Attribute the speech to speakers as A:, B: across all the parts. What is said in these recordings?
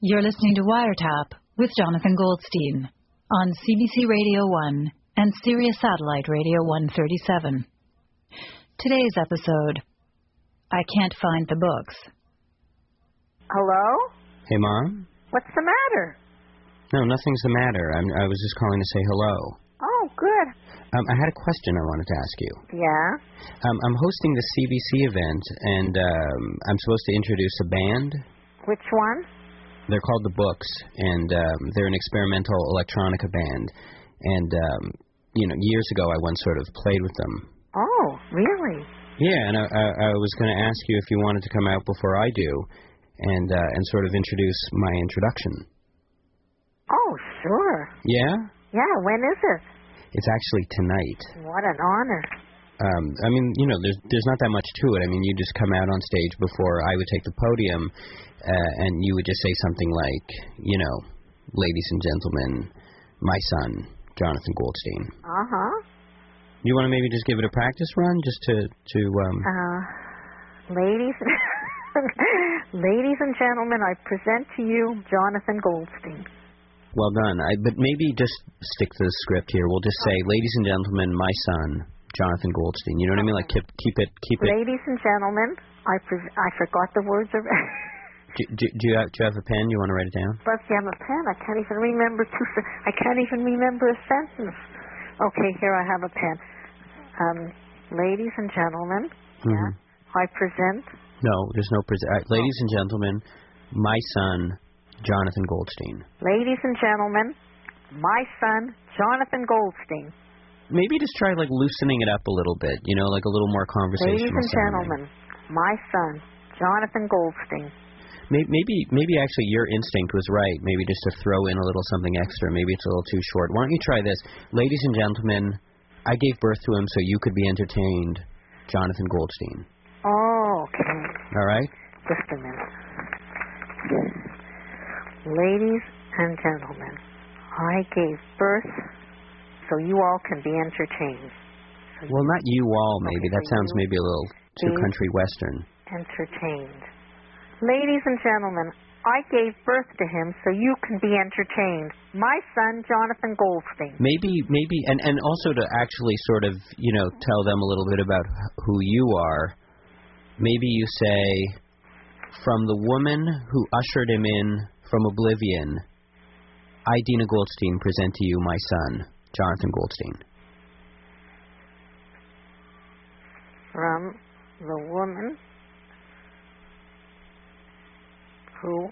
A: You're listening to Wiretap with Jonathan Goldstein on CBC Radio 1 and Sirius Satellite Radio 137. Today's episode I Can't Find the Books.
B: Hello?
C: Hey, Mom?
B: What's the matter?
C: No, nothing's the matter. I'm, I was just calling to say hello.
B: Oh, good.
C: Um, I had a question I wanted to ask you.
B: Yeah?
C: Um, I'm hosting the CBC event, and um, I'm supposed to introduce a band.
B: Which one?
C: They're called The Books, and um, they're an experimental electronica band. And, um, you know, years ago I once sort of played with them.
B: Oh, really?
C: Yeah, and I, I, I was going to ask you if you wanted to come out before I do and, uh, and sort of introduce my introduction.
B: Oh, sure.
C: Yeah?
B: Yeah, when is it?
C: It's actually tonight.
B: What an honor.
C: um, I mean, you know, there's there's not that much to it. I mean, you just come out on stage before I would take the podium, uh, and you would just say something like, you know, ladies and gentlemen, my son, Jonathan Goldstein.
B: Uh huh.
C: You want to maybe just give it a practice run, just to to um,
B: Uh, ladies. Ladies and gentlemen, I present to you Jonathan Goldstein.
C: well done. I, but maybe just stick to the script here. We'll just say, ladies and gentlemen, my son, Jonathan Goldstein. You know what I mean? Like keep keep it keep it.
B: Ladies and gentlemen, I pre- I forgot the words already.
C: Do, do, do you have, do you have a pen? You want to write it down?
B: But if you have a pen, I can't even remember two. sen- I can't even remember a sentence. Okay, here I have a pen. Um, ladies and gentlemen,
C: Mhm.
B: I present
C: No, there's no pres- uh,
B: Oh.
C: Ladies and gentlemen, my son, Jonathan Goldstein.
B: Ladies and gentlemen, my son, Jonathan Goldstein.
C: Maybe just try like loosening it up a little bit, you know, like a little more conversational.
B: Ladies and
C: sounding.
B: gentlemen, my son, Jonathan Goldstein.
C: May- Maybe, maybe actually your instinct was right. Maybe just to throw in a little something extra. Maybe it's a little too short. Why don't you try this, ladies and gentlemen? I gave birth to him so you could be entertained, Jonathan Goldstein.
B: Oh, okay.
C: All right.
B: Just a minute. Ladies and gentlemen, I gave birth so you all can be entertained.
C: Well, not you all. Maybe
B: Okay,
C: that
B: so
C: sounds
B: you-
C: maybe a little too
B: Please.
C: country western.
B: Entertained. Ladies and gentlemen, I gave birth to him so you can be entertained. My son, Jonathan Goldstein.
C: maybe maybe and and also to actually sort of you know tell them a little bit about wh- who you are maybe you say from the woman who ushered him in from oblivion i dina goldstein present to you my son jonathan goldstein
B: from the woman who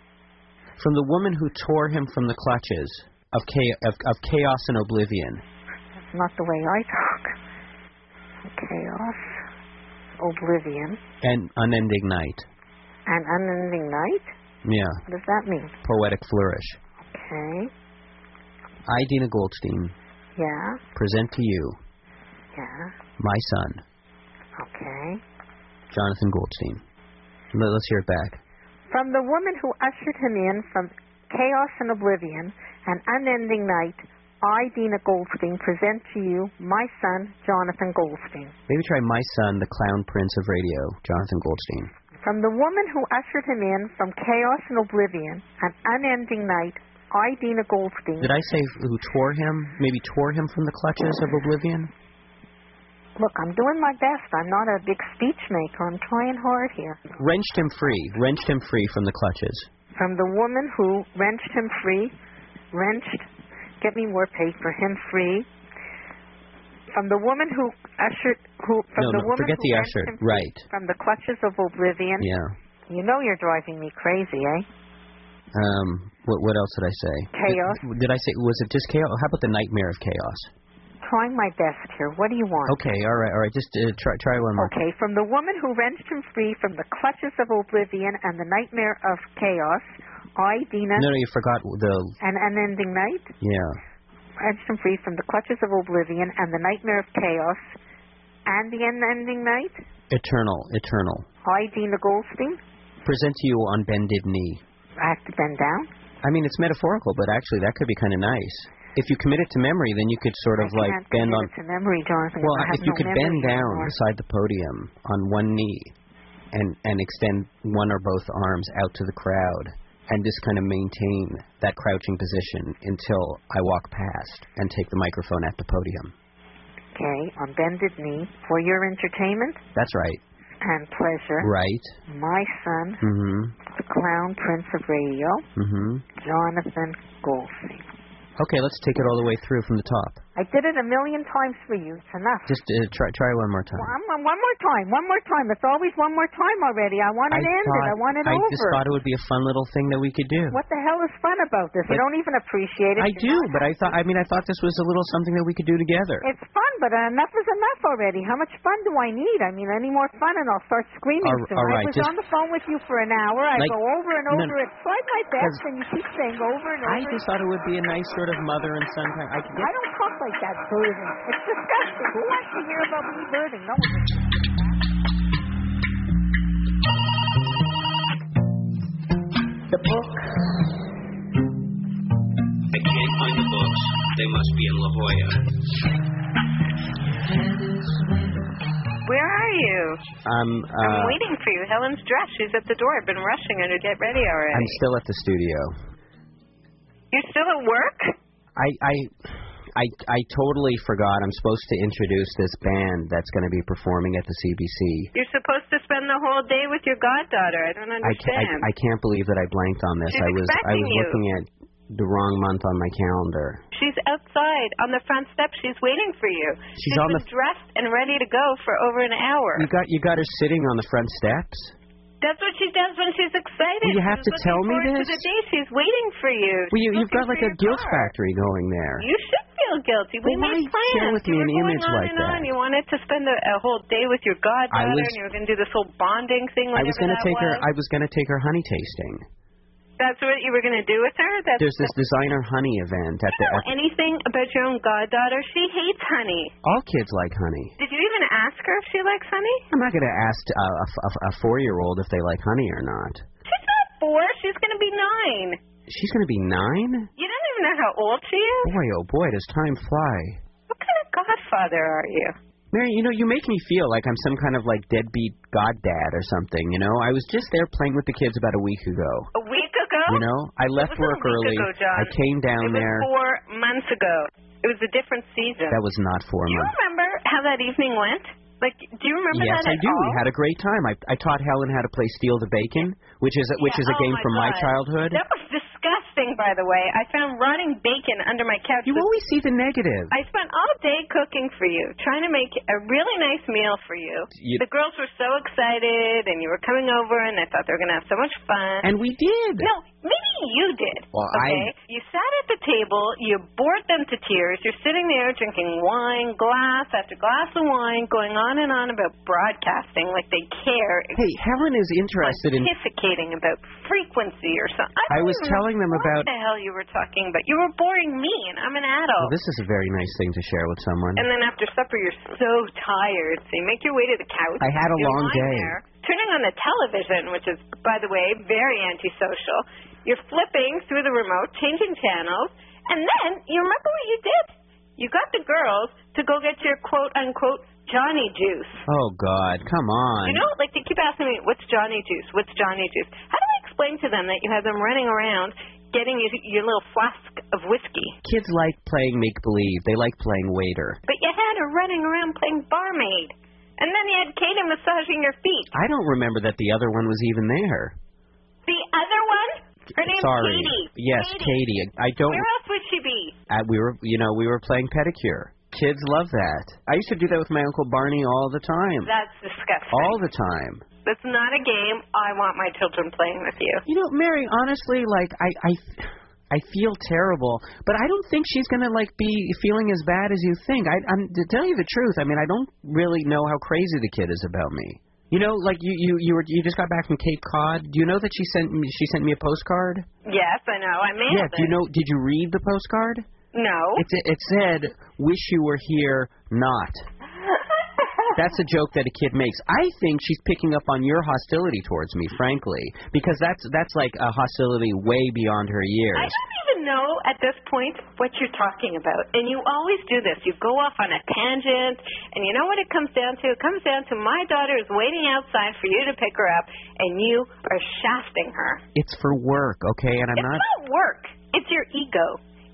C: from the woman who tore him from the clutches of, cha- of, of chaos and oblivion
B: that's not the way I talk. Chaos, oblivion,
C: and unending night
B: and unending night.
C: yeah
B: What does that mean?
C: poetic flourish
B: Okay.
C: i dina goldstein
B: Yeah.
C: present to you
B: Yeah.
C: my son
B: Okay.
C: Jonathan Goldstein. Let, us hear it back.
B: From the woman who ushered him in from chaos and oblivion and unending night, I, Dina Goldstein, present to you my son, Jonathan Goldstein.
C: Maybe try My Son, the Clown Prince of Radio, Jonathan Goldstein.
B: From the woman who ushered him in from chaos and oblivion, an unending night, I, Dina Goldstein.
C: Did I say who tore him? Maybe tore him from the clutches of oblivion?
B: Look, I'm doing my best. I'm not a big speech maker. I'm trying hard here.
C: Wrenched him free. Wrenched him free from the clutches.
B: From the woman who wrenched him free, wrenched, get me more paper, him free. From the woman who ushered, who, from
C: No,
B: the
C: no,
B: woman
C: forget
B: who
C: the
B: wrenched
C: ushered.
B: him free
C: Right.
B: From the clutches of oblivion.
C: Yeah.
B: You know you're driving me crazy, eh?
C: Um. What What else did I say?
B: Chaos.
C: Did, did I say was it just chaos? How about the nightmare of chaos?
B: Trying my best here. What do you want?
C: Okay. All right. All right. Just uh, try try one more.
B: Okay, from the woman who wrenched him free from the clutches of oblivion and the nightmare of chaos, I, Dina,
C: No, no, you forgot the.
B: an unending night,
C: Yeah.
B: wrenched him free from the clutches of oblivion and the nightmare of chaos, and the unending night,
C: Eternal. Eternal.
B: I, Dina Goldstein,
C: Present to you on bended knee.
B: I have to bend down.
C: I mean, it's metaphorical, but actually, that could be kind of nice. If you commit it to memory, then you could sort of
B: I
C: like
B: can't
C: bend
B: commit
C: on.
B: it to memory, Jonathan.
C: Well,
B: I have
C: if you
B: no
C: could
B: memory
C: bend down
B: anymore.
C: beside the podium on one knee, and and extend one or both arms out to the crowd, and just kind of maintain that crouching position until I walk past and take the microphone at the podium.
B: Okay, on bended knee for your entertainment
C: That's right.
B: and pleasure.
C: Right.
B: My son,
C: Mhm.
B: the clown prince of radio,
C: Mhm.
B: Jonathan Goldstein.
C: Okay, let's take it all the way through from the top.
B: I did it a million times for you. It's enough.
C: Just uh, try try one more
B: Well,
C: time.
B: I'm, I'm- one more time, one more time. It's always one more time already. I want
C: I
B: it ended.
C: thought
B: I want it
C: I
B: over.
C: just thought it would be a fun little thing that we could do.
B: What the hell is fun about this?
C: It-
B: you don't even appreciate it.
C: I
B: You're
C: do,
B: not
C: but I thought I mean I thought this was a little something that we could do together.
B: It's fun, but enough is enough already. How much fun do I need? I mean, any more fun, and I'll start screaming
C: All-
B: soon.
C: all right,
B: I was
C: just-
B: on the phone with you for an hour. I
C: Like-
B: go over and
C: no,
B: over it. Try my best,
C: Because-
B: and you keep saying over and over.
C: I just thought it would be a nice sort of mother and son kind. I could
B: I
C: get
B: don't talk like that, Susan. It's disgusting. Who wants to hear about me birding? No one.
D: The book.
C: I can't find the books. They must be in La Jolla.
D: Where are you?
C: I'm uh,
D: I'm waiting for you. Helen's dressed. She's at the door. I've been rushing her to get ready already.
C: I'm still at the studio.
D: You're still at work?
C: I I I I totally forgot. I'm supposed to introduce this band that's going to be performing at the CBC.
D: You're supposed to spend the whole day with your goddaughter. I don't
C: I, ca-
D: understand.
C: I, I can't believe that I blanked on this.
D: She's
C: I was I
D: expecting
C: was
D: you.
C: looking at the wrong month on my calendar.
D: She's outside on the front step. She's waiting for you.
C: She's on
D: been
C: the-
D: dressed and ready to go for over an hour.
C: You got you got her sitting on the front steps.
D: That's what she does when she's excited.
C: Well, you have
D: she's
C: to tell me
D: looking forward
C: this?
D: to the day she's waiting for you.
C: Well, you,
D: She's
C: you've got
D: looking
C: like a
D: for your
C: guilt
D: car.
C: factould going there.
D: You should feel guilty. We
C: Well, why
D: made
C: share
D: plans.
C: with
D: you
C: me
D: were
C: an
D: going
C: image
D: on
C: like
D: and
C: that?
D: On. You wanted to spend a, a whole day with your goddaughter,
C: was-
D: and you were going to do this whole bonding thing.
C: I was
D: going to
C: take her. I was going to take her honey tasting.
D: That's what you were going to do with her. That's
C: There's this designer honey event at
D: You
C: the.
D: know
C: At,
D: anything about your own goddaughter? She hates honey.
C: all kids like honey.
D: Did you even ask her if she likes honey?
C: I'm not going to ask a, a, a- a four-year-old if they like honey or not.
D: She's not four. She's going to be nine.
C: She's going to be nine.
D: You don't even know how old she is.
C: Boy, oh boy, does time fly.
D: What kind of godfather are you?
C: Mary, you know, you make me feel like I'm some kind of like deadbeat goddad or something. You know, I was just there playing with the kids about a week ago.
D: A week ago?
C: You know, I left
D: was a
C: work
D: week
C: early.
D: ago, John.
C: I came
D: it
C: down
D: was
C: there.
D: four months ago. It was a different season.
C: That was not four
D: Do you
C: months.
D: remember how that evening went? Like, do you remember
C: Yes,
D: that
C: I
D: at
C: do.
D: all?
C: We had a great time. I I taught Helen how to play Steal the Bacon, which is a, which is
D: Yeah,
C: a
D: oh
C: game
D: my
C: from my
D: God.
C: childhood.
D: That was disgusting, by the way. I found rotting bacon under my couch.
C: You always see the negative.
D: I spent all day cooking for you, trying to make a really nice meal for you.
C: You-
D: The girls were so excited, and you were coming over, and I thought they were going to have so much fun.
C: and we did.
D: no, maybe you did.
C: Well, I-
D: okay, you sat at the table, you bored them to tears. You're sitting there drinking wine, glass after glass of wine, going on and on about broadcasting, like they care.
C: Hey, Helen is interested in.
D: pontificating about frequency or something.
C: I was telling them about-
D: what the hell you were talking about. You were boring me, and I'm an adult.
C: Well, oh, this is a very nice thing to share with someone.
D: and then after supper, you're so tired, so you make your way to the couch.
C: I had a
D: You're
C: long
D: lying
C: day.
D: There, turning on the television, which is, by the way, very antisocial. You're flipping through the remote, changing channels, and then you remember what you did. You got the girls to go get your quote unquote Johnny juice.
C: Oh God, come on.
D: You know, like they keep asking me, "What's Johnny Juice? What's Johnny Juice?" How do I explain to them that you have them running around getting you your little flask of whiskey,
C: Kids like playing make believe. They like playing waiter.
D: but you had her running around playing barmaid, and then you had Kate massaging your feet.
C: I don't remember that the other one was even there.
D: The other one, her name's
C: Sorry.
D: Katie.
C: Yes,
D: Katie.
C: Katie. I don't.
D: Where else would she be?
C: Uh, we were, you know, we were playing pedicure. Kids love that. I used to do that with my uncle Barney all the time.
D: That's disgusting.
C: All the time.
D: That's not a game I want my children playing with you.
C: You know, Mary, honestly, like I, I, I feel terrible, but I don't think she's gonna like be feeling as bad as you think. I, I'm to tell you the truth. I mean, I don't really know how crazy the kid is about me. You know, like you, you, you were, you just got back from Cape Cod. Do you know that she sent me, she sent me a postcard?
D: Yes, I know. I mailed
C: Yeah. Do you
D: it.
C: know? Did you read the postcard?
D: No.
C: It, it said, "Wish you were here, not." That's a joke that a kid makes. I think she's picking up on your hostility towards me, frankly, because that's that's like a hostility way beyond her
D: I
C: years.
D: don't even know at this point what you're talking about. And you always do this. You go off on a tangent, and you know what it comes down to? It comes down to my daughter is waiting outside for you to pick her up, and you are shafting her.
C: It's for work, okay? And I'm
D: it's
C: not.
D: not work. It's your ego.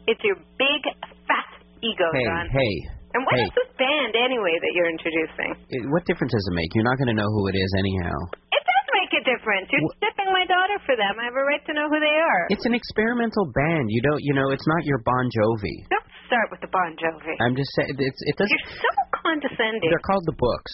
D: It's your big, fat ego,
C: Hey,
D: John.
C: hey.
D: And what
C: hey.
D: is this band anyway that you're introducing?
C: It- what difference does it make? You're not going to know who it is anyhow.
D: It does make a difference. You're
C: Wha-
D: stepping my daughter for them. I have a right to know who they are.
C: It's an experimental band. You don't, you know, it's not your Bon Jovi.
D: Don't start with the Bon Jovi.
C: I'm just saying, it's, it doesn't.
D: You're so condescending.
C: They're called the books.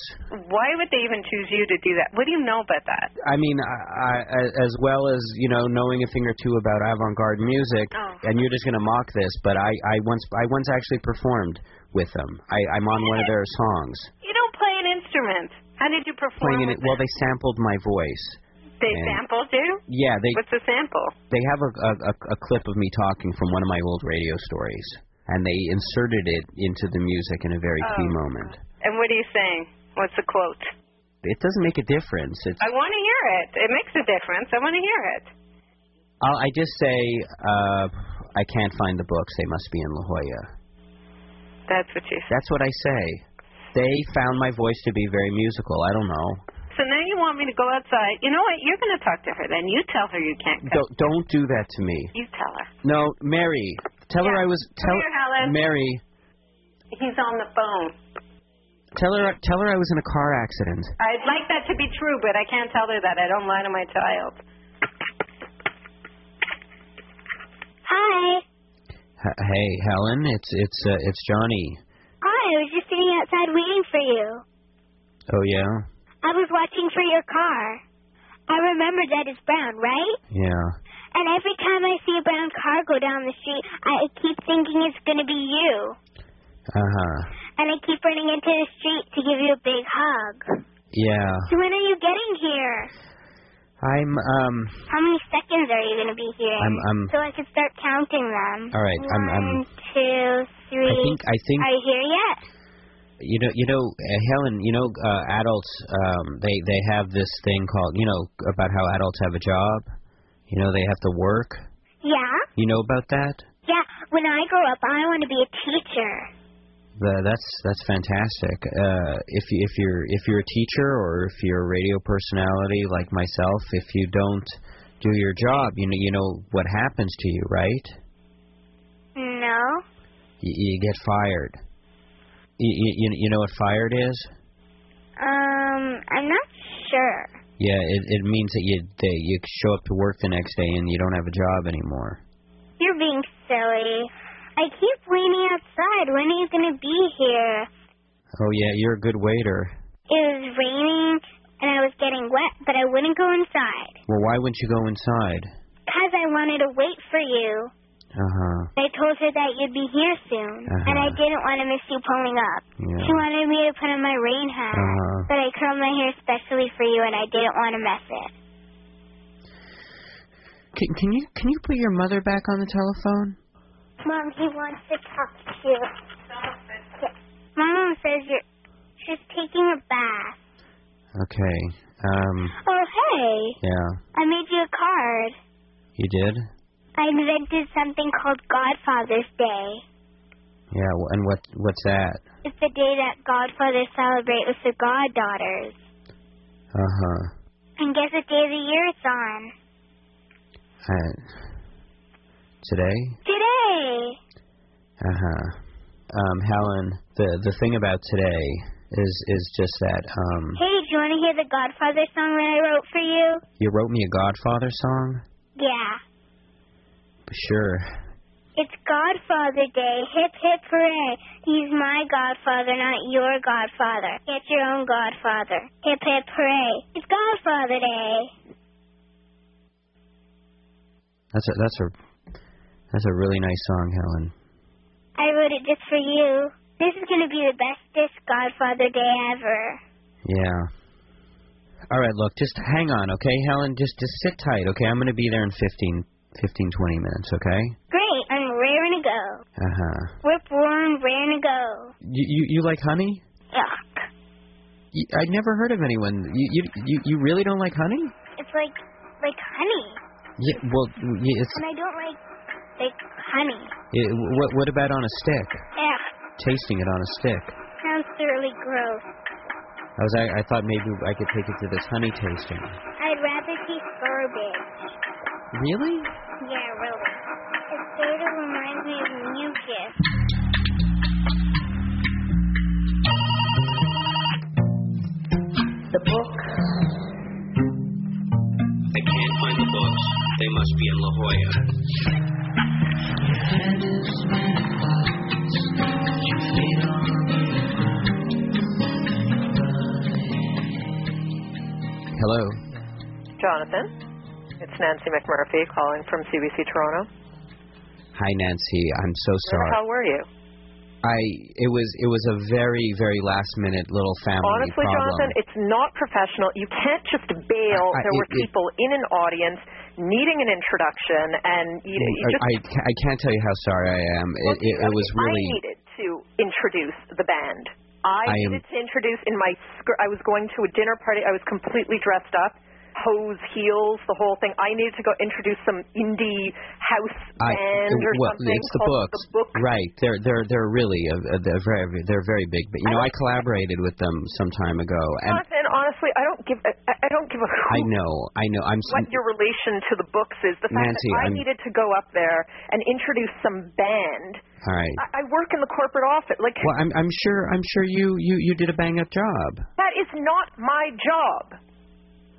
D: Why would they even choose you to do that? What do you know about that?
C: I mean, I, I, as well as you know, knowing a thing or two about avant-garde music,
D: Oh.
C: and you're just going to mock this, but I, I once, I once actually performed with them. I, I'm on one of their songs,
D: You don't play an instrument. How did you perform?
C: playing it.
D: with
C: Well, they sampled my voice.
D: they
C: and-
D: sampled you.
C: Yeah, they,
D: What's the sample?
C: they have a, a, a, a clip of me talking from one of my old radio stories, and they inserted it into the music in a very key
D: Oh.
C: moment.
D: And what are you saying? What's the quote?
C: It doesn't make a difference. It's,
D: I want to hear it. It makes a difference. I want to hear it.
C: I'll, I just say uh, I can't find the books. They must be in La Jolla.
D: That's what you said.
C: That's what I say. They found my voice to be very musical. I don't know.
D: So now you want me to go outside. You know what? You're going to talk to her then. You tell her you can't go.
C: Don't don't do that to me.
D: You tell her.
C: No, Mary. Tell her I
D: Yeah.
C: was
D: Come here,
C: tell
D: Helen.
C: Mary.
D: He's on the phone.
C: Tell her tell her I was in a car accident.
D: I'd like that to be true, but I can't tell her that. I don't lie to my child.
E: Hi.
C: H- hey, Helen, it's it's uh, it's Johnny.
E: Hi, I was just sitting outside waiting for you.
C: Oh yeah,
E: I was watching for your car. I remember that it's brown, right?
C: yeah.
E: And every time I see a brown car go down the street, I keep thinking it's going to be you.
C: Uh huh.
E: And I keep running into the street to give you a big hug.
C: Yeah.
E: So when are you getting here?
C: I'm um.
E: How many seconds are you going to be here?
C: I'm- I'm-
E: so I can start counting them.
C: All right, I'm- I'm-
E: One, two,
C: I
E: three.
C: think I think
E: Are you here yet?
C: you know you know uh, Helen. You know uh, adults. Um, they they have this thing called you know about how adults have a job. You know they have to work.
E: Yeah?
C: You know about that?
E: Yeah. When I grow up, I want to be a teacher.
C: The, that's that's fantastic. Uh, if you, if you're if you're a teacher or if you're a radio personality like myself, if you don't do your job, you know you know what happens to you, right?
E: No.
C: You, you get fired. You, you you know what fired is?
E: Um, I'm not sure.
C: Yeah, it it means that you that you show up to work the next day and you don't have a job anymore.
E: You're being silly. I keep waiting outside. When are you gonna be here?
C: Oh yeah, you're a good waiter.
E: It was raining and I was getting wet, but I wouldn't go inside.
C: Well, why wouldn't you go inside?
E: 'Cause I wanted to wait for you.
C: Uh huh.
E: I told her that you'd be here soon, and I
C: Uh-huh.
E: didn't want to miss you pulling up.
C: Yeah.
E: She wanted me to put on my rain hat,
C: Uh-huh.
E: but I curled my hair specially for you, and I didn't want to mess it.
C: Can can you can you put your mother back on the telephone?
E: Mom, he wants to talk to you. My mom says you're. She's taking a bath.
C: Okay. Um.
E: Oh, hey!
C: Yeah.
E: I made you a card.
C: You did.
E: I invented something called Godfather's Day.
C: Yeah. wh- And what what's that?
E: It's the day that godfathers celebrate with their goddaughters.
C: Uh huh.
E: And guess what day of the year it's on?
C: Uh, today.
E: Today!
C: Uh huh. Um, Helen, the the thing about today is is just that um
E: Hey, do you want to hear the Godfather song that I wrote for you?
C: you wrote me a Godfather song.
E: Yeah.
C: Sure.
E: It's Godfather Day. Hip hip hooray. He's my godfather, not your godfather. Get your own godfather. Hip hip hooray. It's Godfather Day.
C: That's a that's a that's a really nice song, Helen.
E: I wrote it just for you. This is going to be the bestest Godfather Day ever.
C: Yeah. All right, look, just hang on, okay, Helen? Just just sit tight, okay? I'm gonna be there in 15, 15 20 minutes, okay?
E: Great. I'm raring to go.
C: Uh huh.
E: Rip roaring, raring to go.
C: You, you you like honey?
E: Yuck.
C: You, I never heard of anyone. You you you, you really don't like honey?
E: It's like, like honey.
C: Yeah. Well, y- it's
E: And I don't like like honey.
C: It, what, what about on a stick?
E: Ugh,
C: Tasting it on a stick.
E: sounds thoroughly gross.
C: I was I, I thought maybe I could take it to this honey tasting.
E: I'd rather taste garbage.
C: Really?
E: Yeah, really. It sort of reminds me of mucus.
F: The book. I can't find the books. They must be in La Jolla.
C: Hello.
G: Jonathan. It's Nancy McMurphy calling from CBC Toronto.
C: Hi Nancy. I'm so
G: Where the
C: sorry.
G: hell were you?
C: I it was it was a very very last minute little family
G: Honestly,
C: problem.
G: Jonathan, it's not professional. You can't just bail.
C: I- I-
G: there were
C: it- it-
G: people in an audience needing an introduction, and you, you
C: I,
G: just.
C: I ca- I can't tell you how sorry I am. It, it, it was really
G: I needed to introduce the band. I,
C: I am-
G: needed to introduce in my skirt. I was going to a dinner party. I was completely dressed up, hose, heels, the whole thing. I needed to go introduce some indie house
C: I,
G: band
C: it-
G: or
C: well,
G: something.
C: it's the
G: called
C: books,
G: The book.
C: right? They're they're they're really a, a, they're very they're very big. But you know, I collaborated with them some time ago, and
G: Jonathan, honestly, I don't give a, I I don't give a hoot
C: I know, I know, I'm s-
G: what your relation to the books is. The fact
C: Nancy,
G: that I
C: I'm-
G: needed to go up there and introduce some band.
C: all right.
G: I, I work in the corporate office. Like
C: Well, I'm I'm sure I'm sure you you you did a bang up job.
G: that is not my job.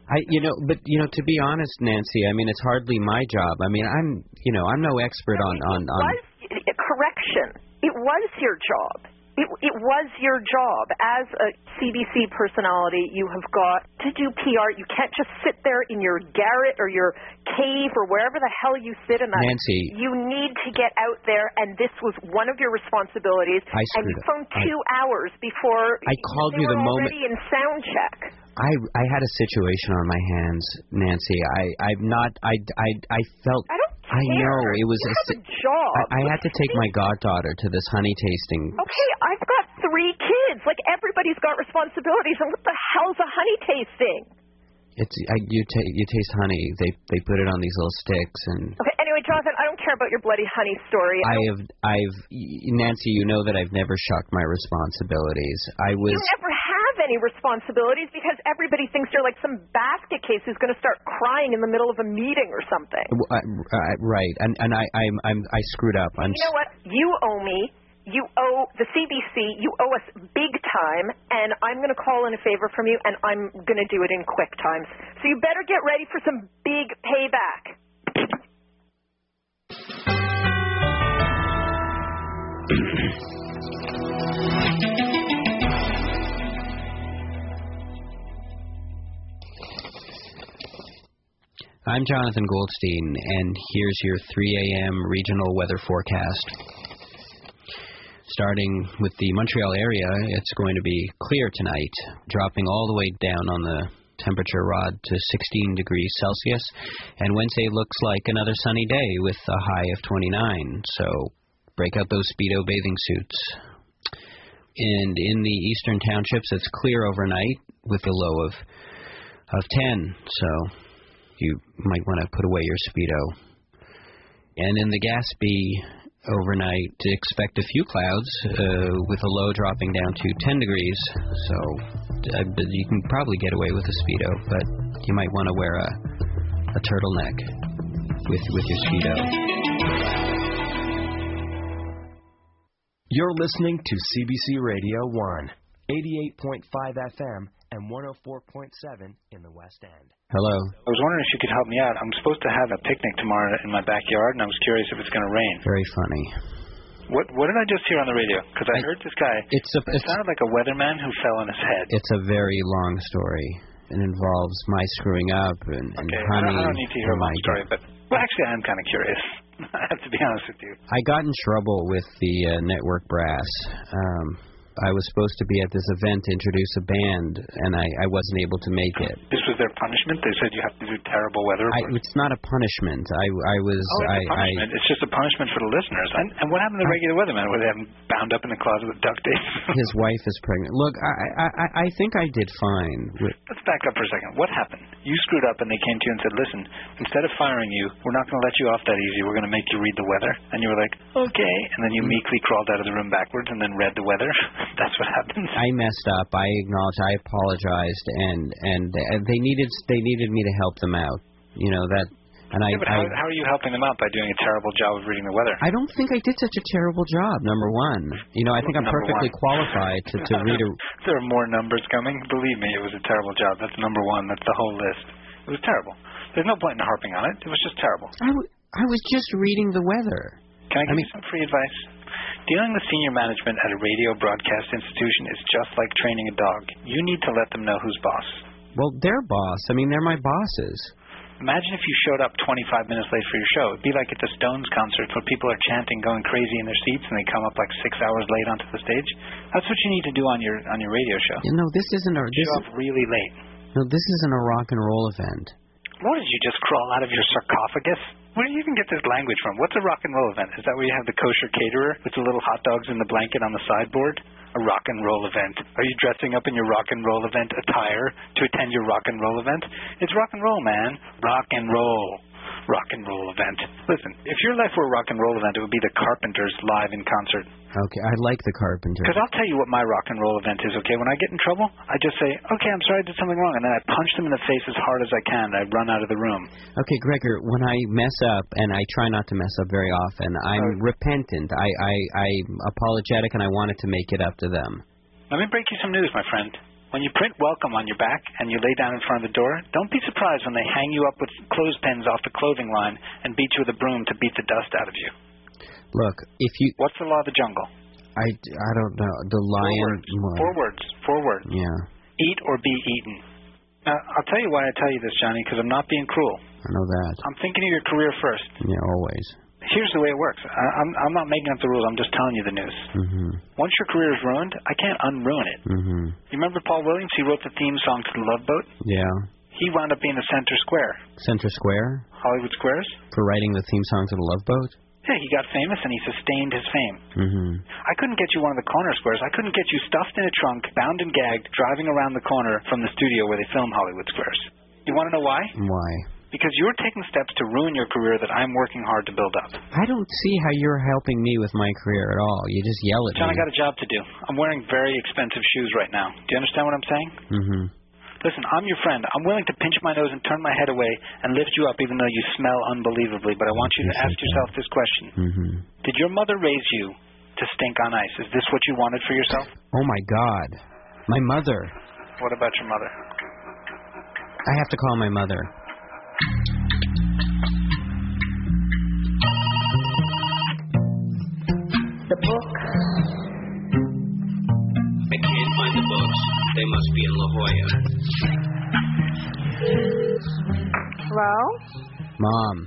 C: I you know, but you know, to be honest, Nancy, I mean, it's hardly my job. I mean, I'm you know, I'm no expert on on
G: it
C: on.
G: was a correction. It was your job. It, it was your job as a CBC personality. You have got to do PR. You can't just sit there in your garret or your cave or wherever the hell you sit in that.
C: Nancy.
G: you need to get out there, and this was one of your responsibilities.
C: I
G: and
C: screwed
G: you
C: up.
G: phoned
C: I-
G: two hours before
C: I called
G: they
C: you the
G: were
C: moment-
G: already in sound check.
C: I I had a situation on my hands, Nancy. I I'm not. I I I felt.
G: I don't.
C: I know
G: care.
C: it was.
G: You
C: a
G: have
C: si-
G: a job.
C: I, I had to take my goddaughter to this honey tasting.
G: Okay, I've got three kids. Like everybody's got responsibilities. And what the hell's a honey tasting?
C: It's I, you ta- you taste honey. They they put it on these little sticks, and
G: Okay, anyway, Jonathan, I don't care about your bloody honey story.
C: I
G: I
C: have I've y- Nancy. You know that I've never shucked my responsibilities. I was.
G: you never have any responsibilities because everybody thinks you're like some basket case who's going to start crying in the middle of a meeting or something.
C: w- I- I- right, and and I I'm, I'm I screwed up. I'm
G: You know what? You owe me. You owe the CBC. You owe us big time, and I'm going to call in a favor from you, and I'm going to do it in quick times. So you better get ready for some big payback.
C: I'm Jonathan Goldstein, and here's your 3 a.m. regional weather forecast. Starting with the Montreal area, it's going to be clear tonight, dropping all the way down on the temperature rod to 16 degrees Celsius. And Wednesday looks like another sunny day with a high of 29, so break out those Speedo bathing suits and in the eastern townships it's clear overnight with a low of of 10 so you might want to put away your speedo and in the Gaspé overnight to expect a few clouds uh, with a low dropping down to 10 degrees so uh, but you can probably get away with a speedo but you might want to wear a a turtleneck with with your speedo
H: You're listening to CBC Radio 1, 88.5 FM and 104.7 in the West End.
C: hello
I: I was wondering if you could help me out. I'm supposed to have a picnic tomorrow in my backyard, and I was curious if it's going to rain.
C: very funny
I: What What did I just hear on the radio? Because I,
C: I-
I: heard this guy.
C: it's a
I: It
C: it's
I: sounded like a weatherman who fell on his head.
C: it's a very long story. It involves my screwing up and, and
I: okay, I
C: honey.
I: don't, I don't need to
C: and
I: hear a long
C: my-
I: story, but well, actually, I'm kind of curious. I have to be honest with you.
C: I got in trouble with the uh, network brass. Um, I was supposed to be at this event to introduce a band, and I, I wasn't able to make it.
I: This was their punishment. They said you have to do terrible weather.
C: I,
I: reports.
C: it's not a punishment. I, I was.
I: Oh,
C: I,
I: it's a
C: I,
I: punishment. it's just a punishment for the listeners. And, and what happened to the regular weatherman? Were they bound up in the closet with duct tape?
C: his wife is pregnant. Look, I, I, I- I think I did fine.
I: Let's back up for a second. What happened? you screwed up and they came to you and said, listen, instead of firing you, we're not going to let you off that easy. We're going to make you read the weather. And you were like, okay. And then you
C: Mm-hmm.
I: meekly crawled out of the room backwards and then read the weather. That's what happens.
C: I messed up. I acknowledged. I apologized, and and they needed they needed me to help them out. You know that, and I.
I: Yeah,
C: I
I: but how, how are you helping them out by doing a terrible job of reading the weather?
C: I don't think I did such a terrible job. Number one, you know, I think I'm
I: Number
C: perfectly
I: one.
C: qualified to, to read a.
I: There are more numbers coming. Believe me, it was a terrible job. That's number one. That's the whole list. It was terrible. There's no point in harping on it. It was just terrible.
C: I, w- I was just reading the weather.
I: Can I
C: I
I: give
C: mean-
I: you some free advice? Dealing with senior management at a radio broadcast institution is just like training a dog. You need to let them know who's boss.
C: Well, they're boss. I mean, they're my bosses.
I: Imagine if you showed up 25 minutes late for your show. It'd be like at the Stones concert where people are chanting, going crazy in their seats, and they come up like six hours late onto the stage. That's what you need to do on your on your radio show.
C: You know, this isn't a this,
I: Show up really late.
C: no, this isn't a rock and roll event.
I: What did you just crawl out of your sarcophagus? Where do you even get this language from? What's a rock and roll event? Is that where you have the kosher caterer with the little hot dogs in the blanket on the sideboard? A rock and roll event. Are you dressing up in your rock and roll event attire to attend your rock and roll event? It's rock and roll, man. Rock and roll. Rock and roll event. Listen, if your life were a rock and roll event, it would be the Carpenters live in concert.
C: Okay, I like the carpenter.
I: Because I'll tell you what my rock and roll event is, okay? When I get in trouble, I just say, okay, I'm sorry I did something wrong, and then I punch them in the face as hard as I can, and I run out of the room.
C: Okay, Gregor, when I mess up, and I try not to mess up very often, I'm repentant. I, I, I'm apologetic, and I wanted to make it up to them.
I: Let me break you some news, my friend. When you print welcome on your back and you lay down in front of the door, don't be surprised when they hang you up with clothespins off the clothing line and beat you with a broom to beat the dust out of you.
C: Look, if you,
I: What's the law of the jungle?
C: I, I don't know, the
I: Four
C: lion.
I: words. Four words. Four words.
C: Yeah,
I: Eat or be eaten. Now, I'll tell you why I tell you this, Johnny, because I'm not being cruel.
C: I know that.
I: I'm thinking of your career first.
C: Yeah, always.
I: Here's the way it works. I, I'm, I'm not making up the rules. I'm just telling you the news.
C: Mhm,
I: Once your career is ruined, I can't unruin it.
C: mhm.
I: You remember Paul Williams? He wrote the theme song to The Love Boat.
C: Yeah.
I: He wound up being a center square.
C: Center Square
I: Hollywood Squares.
C: for writing the theme song to the Love Boat.
I: Yeah, he got famous and he sustained his fame.
C: Mhm.
I: I couldn't get you one of the corner squares. I couldn't get you stuffed in a trunk, bound and gagged, driving around the corner from the studio where they film Hollywood Squares. You want to know why?
C: Why?
I: Because you're taking steps to ruin your career that I'm working hard to build up.
C: I don't see how you're helping me with my career at all. You just yell at
I: John, I
C: me.
I: got a job to do. I'm wearing very expensive shoes right now. Do you understand what I'm saying?
C: mhm.
I: Listen, I'm your friend. I'm willing to pinch my nose and turn my head away and lift you up even though you smell unbelievably, but I want you to
C: Yes, I
I: ask
C: can.
I: yourself this question.
C: Mhm.
I: Did your mother raise you to stink on ice? Is this what you wanted for yourself?
C: Oh my God, my mother.
I: What about your mother?
C: I have to call my mother.
F: I can't find the books. They must be in La Jolla.
B: Hello?
C: Mom,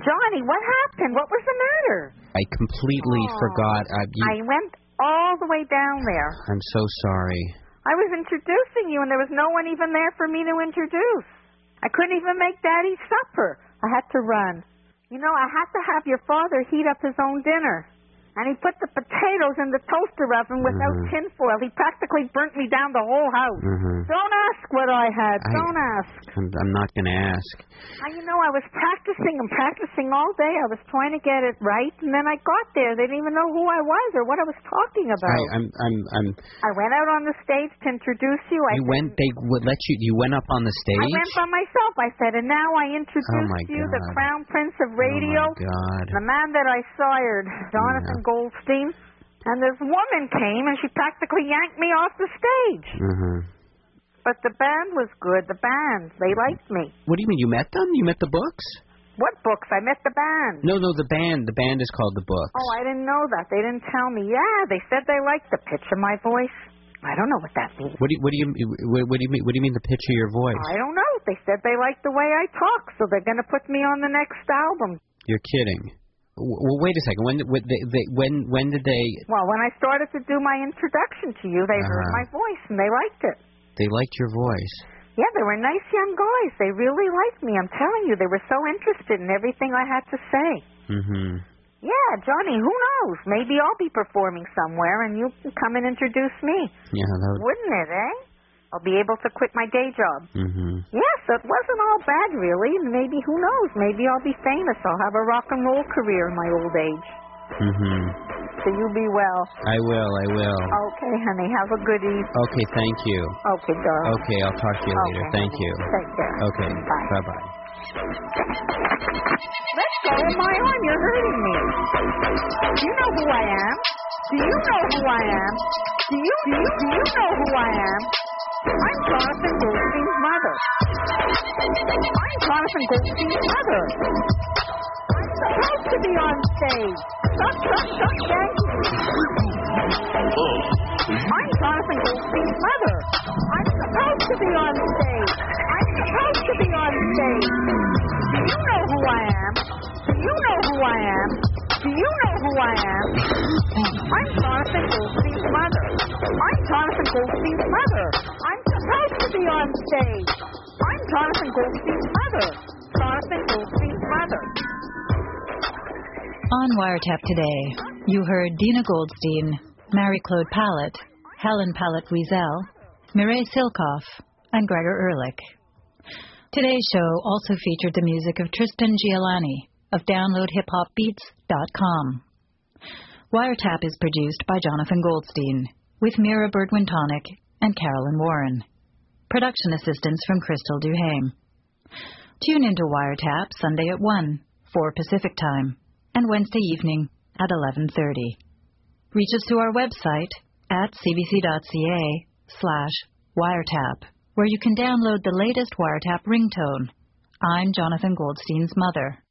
B: Johnny, what happened? What was the matter?
C: I completely
B: Aw.
C: forgot. I, you,
B: Oh, I went all the way down there.
C: I'm so sorry.
B: I was introducing you, and there was no one even there for me to introduce. I couldn't even make Daddy's supper. I had to run. You know, I had to have your father heat up his own dinner. And he put the potatoes in the toaster oven without
C: Mhm.
B: tinfoil. He practically burnt me down the whole house.
C: Mhm.
B: Don't ask what I had.
C: I-
B: Don't ask.
C: I'm, I'm not gonna ask.
B: I, you know, I was practicing and practicing all day. I was trying to get it right, and then I got there. They didn't even know who I was or what I was talking about.
C: I, I'm, I'm, I'm.
B: I went out on the stage to introduce you. I
C: You went. They would let you. You went up on the
B: I
C: stage.
B: went by myself, I said, and now I introduce
C: Oh, my
B: you the
C: God.
B: crown prince of radio,
C: Oh my God.
B: the man that I sired, Jonathan Goldstein. And this woman came and she practically yanked me off the stage.
C: Mhm.
B: But the band was good. The band, they liked me.
C: What do you mean? You met them? You met the books?
B: What books? I met the band.
C: No, no. The band. The band is called the books.
B: Oh, I didn't know that. They didn't tell me. Yeah, they said they liked the pitch of my voice. I don't know what that means.
C: What do you, what do you what, what do you mean? What do you mean the pitch of your voice?
B: I don't know. They said they liked the way I talk, so they're going to put me on the next album.
C: You're kidding. W- Well, wait a second. When when they, they, when when did they
B: Well, when I started to do my introduction to you, they heard
C: Uh-huh.
B: my voice and they liked it.
C: they liked your voice?
B: Yeah, they were nice young guys. They really liked me. I'm telling you, they were so interested in everything I had to say.
C: Mm-hmm.
B: Yeah, Johnny, who knows? Maybe I'll be performing somewhere and you can come and introduce me.
C: Yeah, that would,
B: Wouldn't it, eh? I'll be able to quit my day job.
C: hmm
B: Yes, it wasn't all bad, really. And Maybe, who knows? Maybe I'll be famous. I'll have a rock and roll career in my old age.
C: hmm
B: So you be well.
C: I will. I will.
B: Okay, honey. Have a good evening.
C: Okay. Thank you.
B: Okay, darling.
C: Okay. I'll talk to you later.
B: Oh. Okay.
C: Thank you.
B: Take care.
C: Okay.
B: Bye.
C: Bye bye.
B: Let go of my arm. You're hurting me. You know who I am. Do you know who I am? Do you, do you, do you know who I am? I'm Jonathan Goldstein's mother. I'm Jonathan Goldstein's mother. I'm supposed to be on stage. Stop, stop, stop, yanking me. I'm Jonathan Goldstein's mother. I'm supposed to be on stage. I'm supposed to be on stage. Do you know who I am? Do you know who I am? Do you know who I am? I'm Jonathan Goldstein's mother. I'm Jonathan Goldstein's mother. I'm supposed to be on stage. I'm Jonathan Goldstein's mother. Jonathan Goldstein's mother.
A: On Wiretap today, you heard Dina Goldstein, Mary Claude Pallett, Helen Pallett Wiesel, Mireille Silkoff, and Gregor Ehrlich. Today's show also featured the music of Tristan Giolani of DownloadHipHopBeats.com. Wiretap is produced by Jonathan Goldstein with Mira Birdwin-Tonic and Carolyn Warren. Production assistance from Crystal Duhame. Tune into Wiretap Sunday at 1, 4 Pacific Time, and Wednesday evening at 11.30. Reach us through our website at cbc.ca slash wiretap, where you can download the latest wiretap ringtone. I'm Jonathan Goldstein's mother.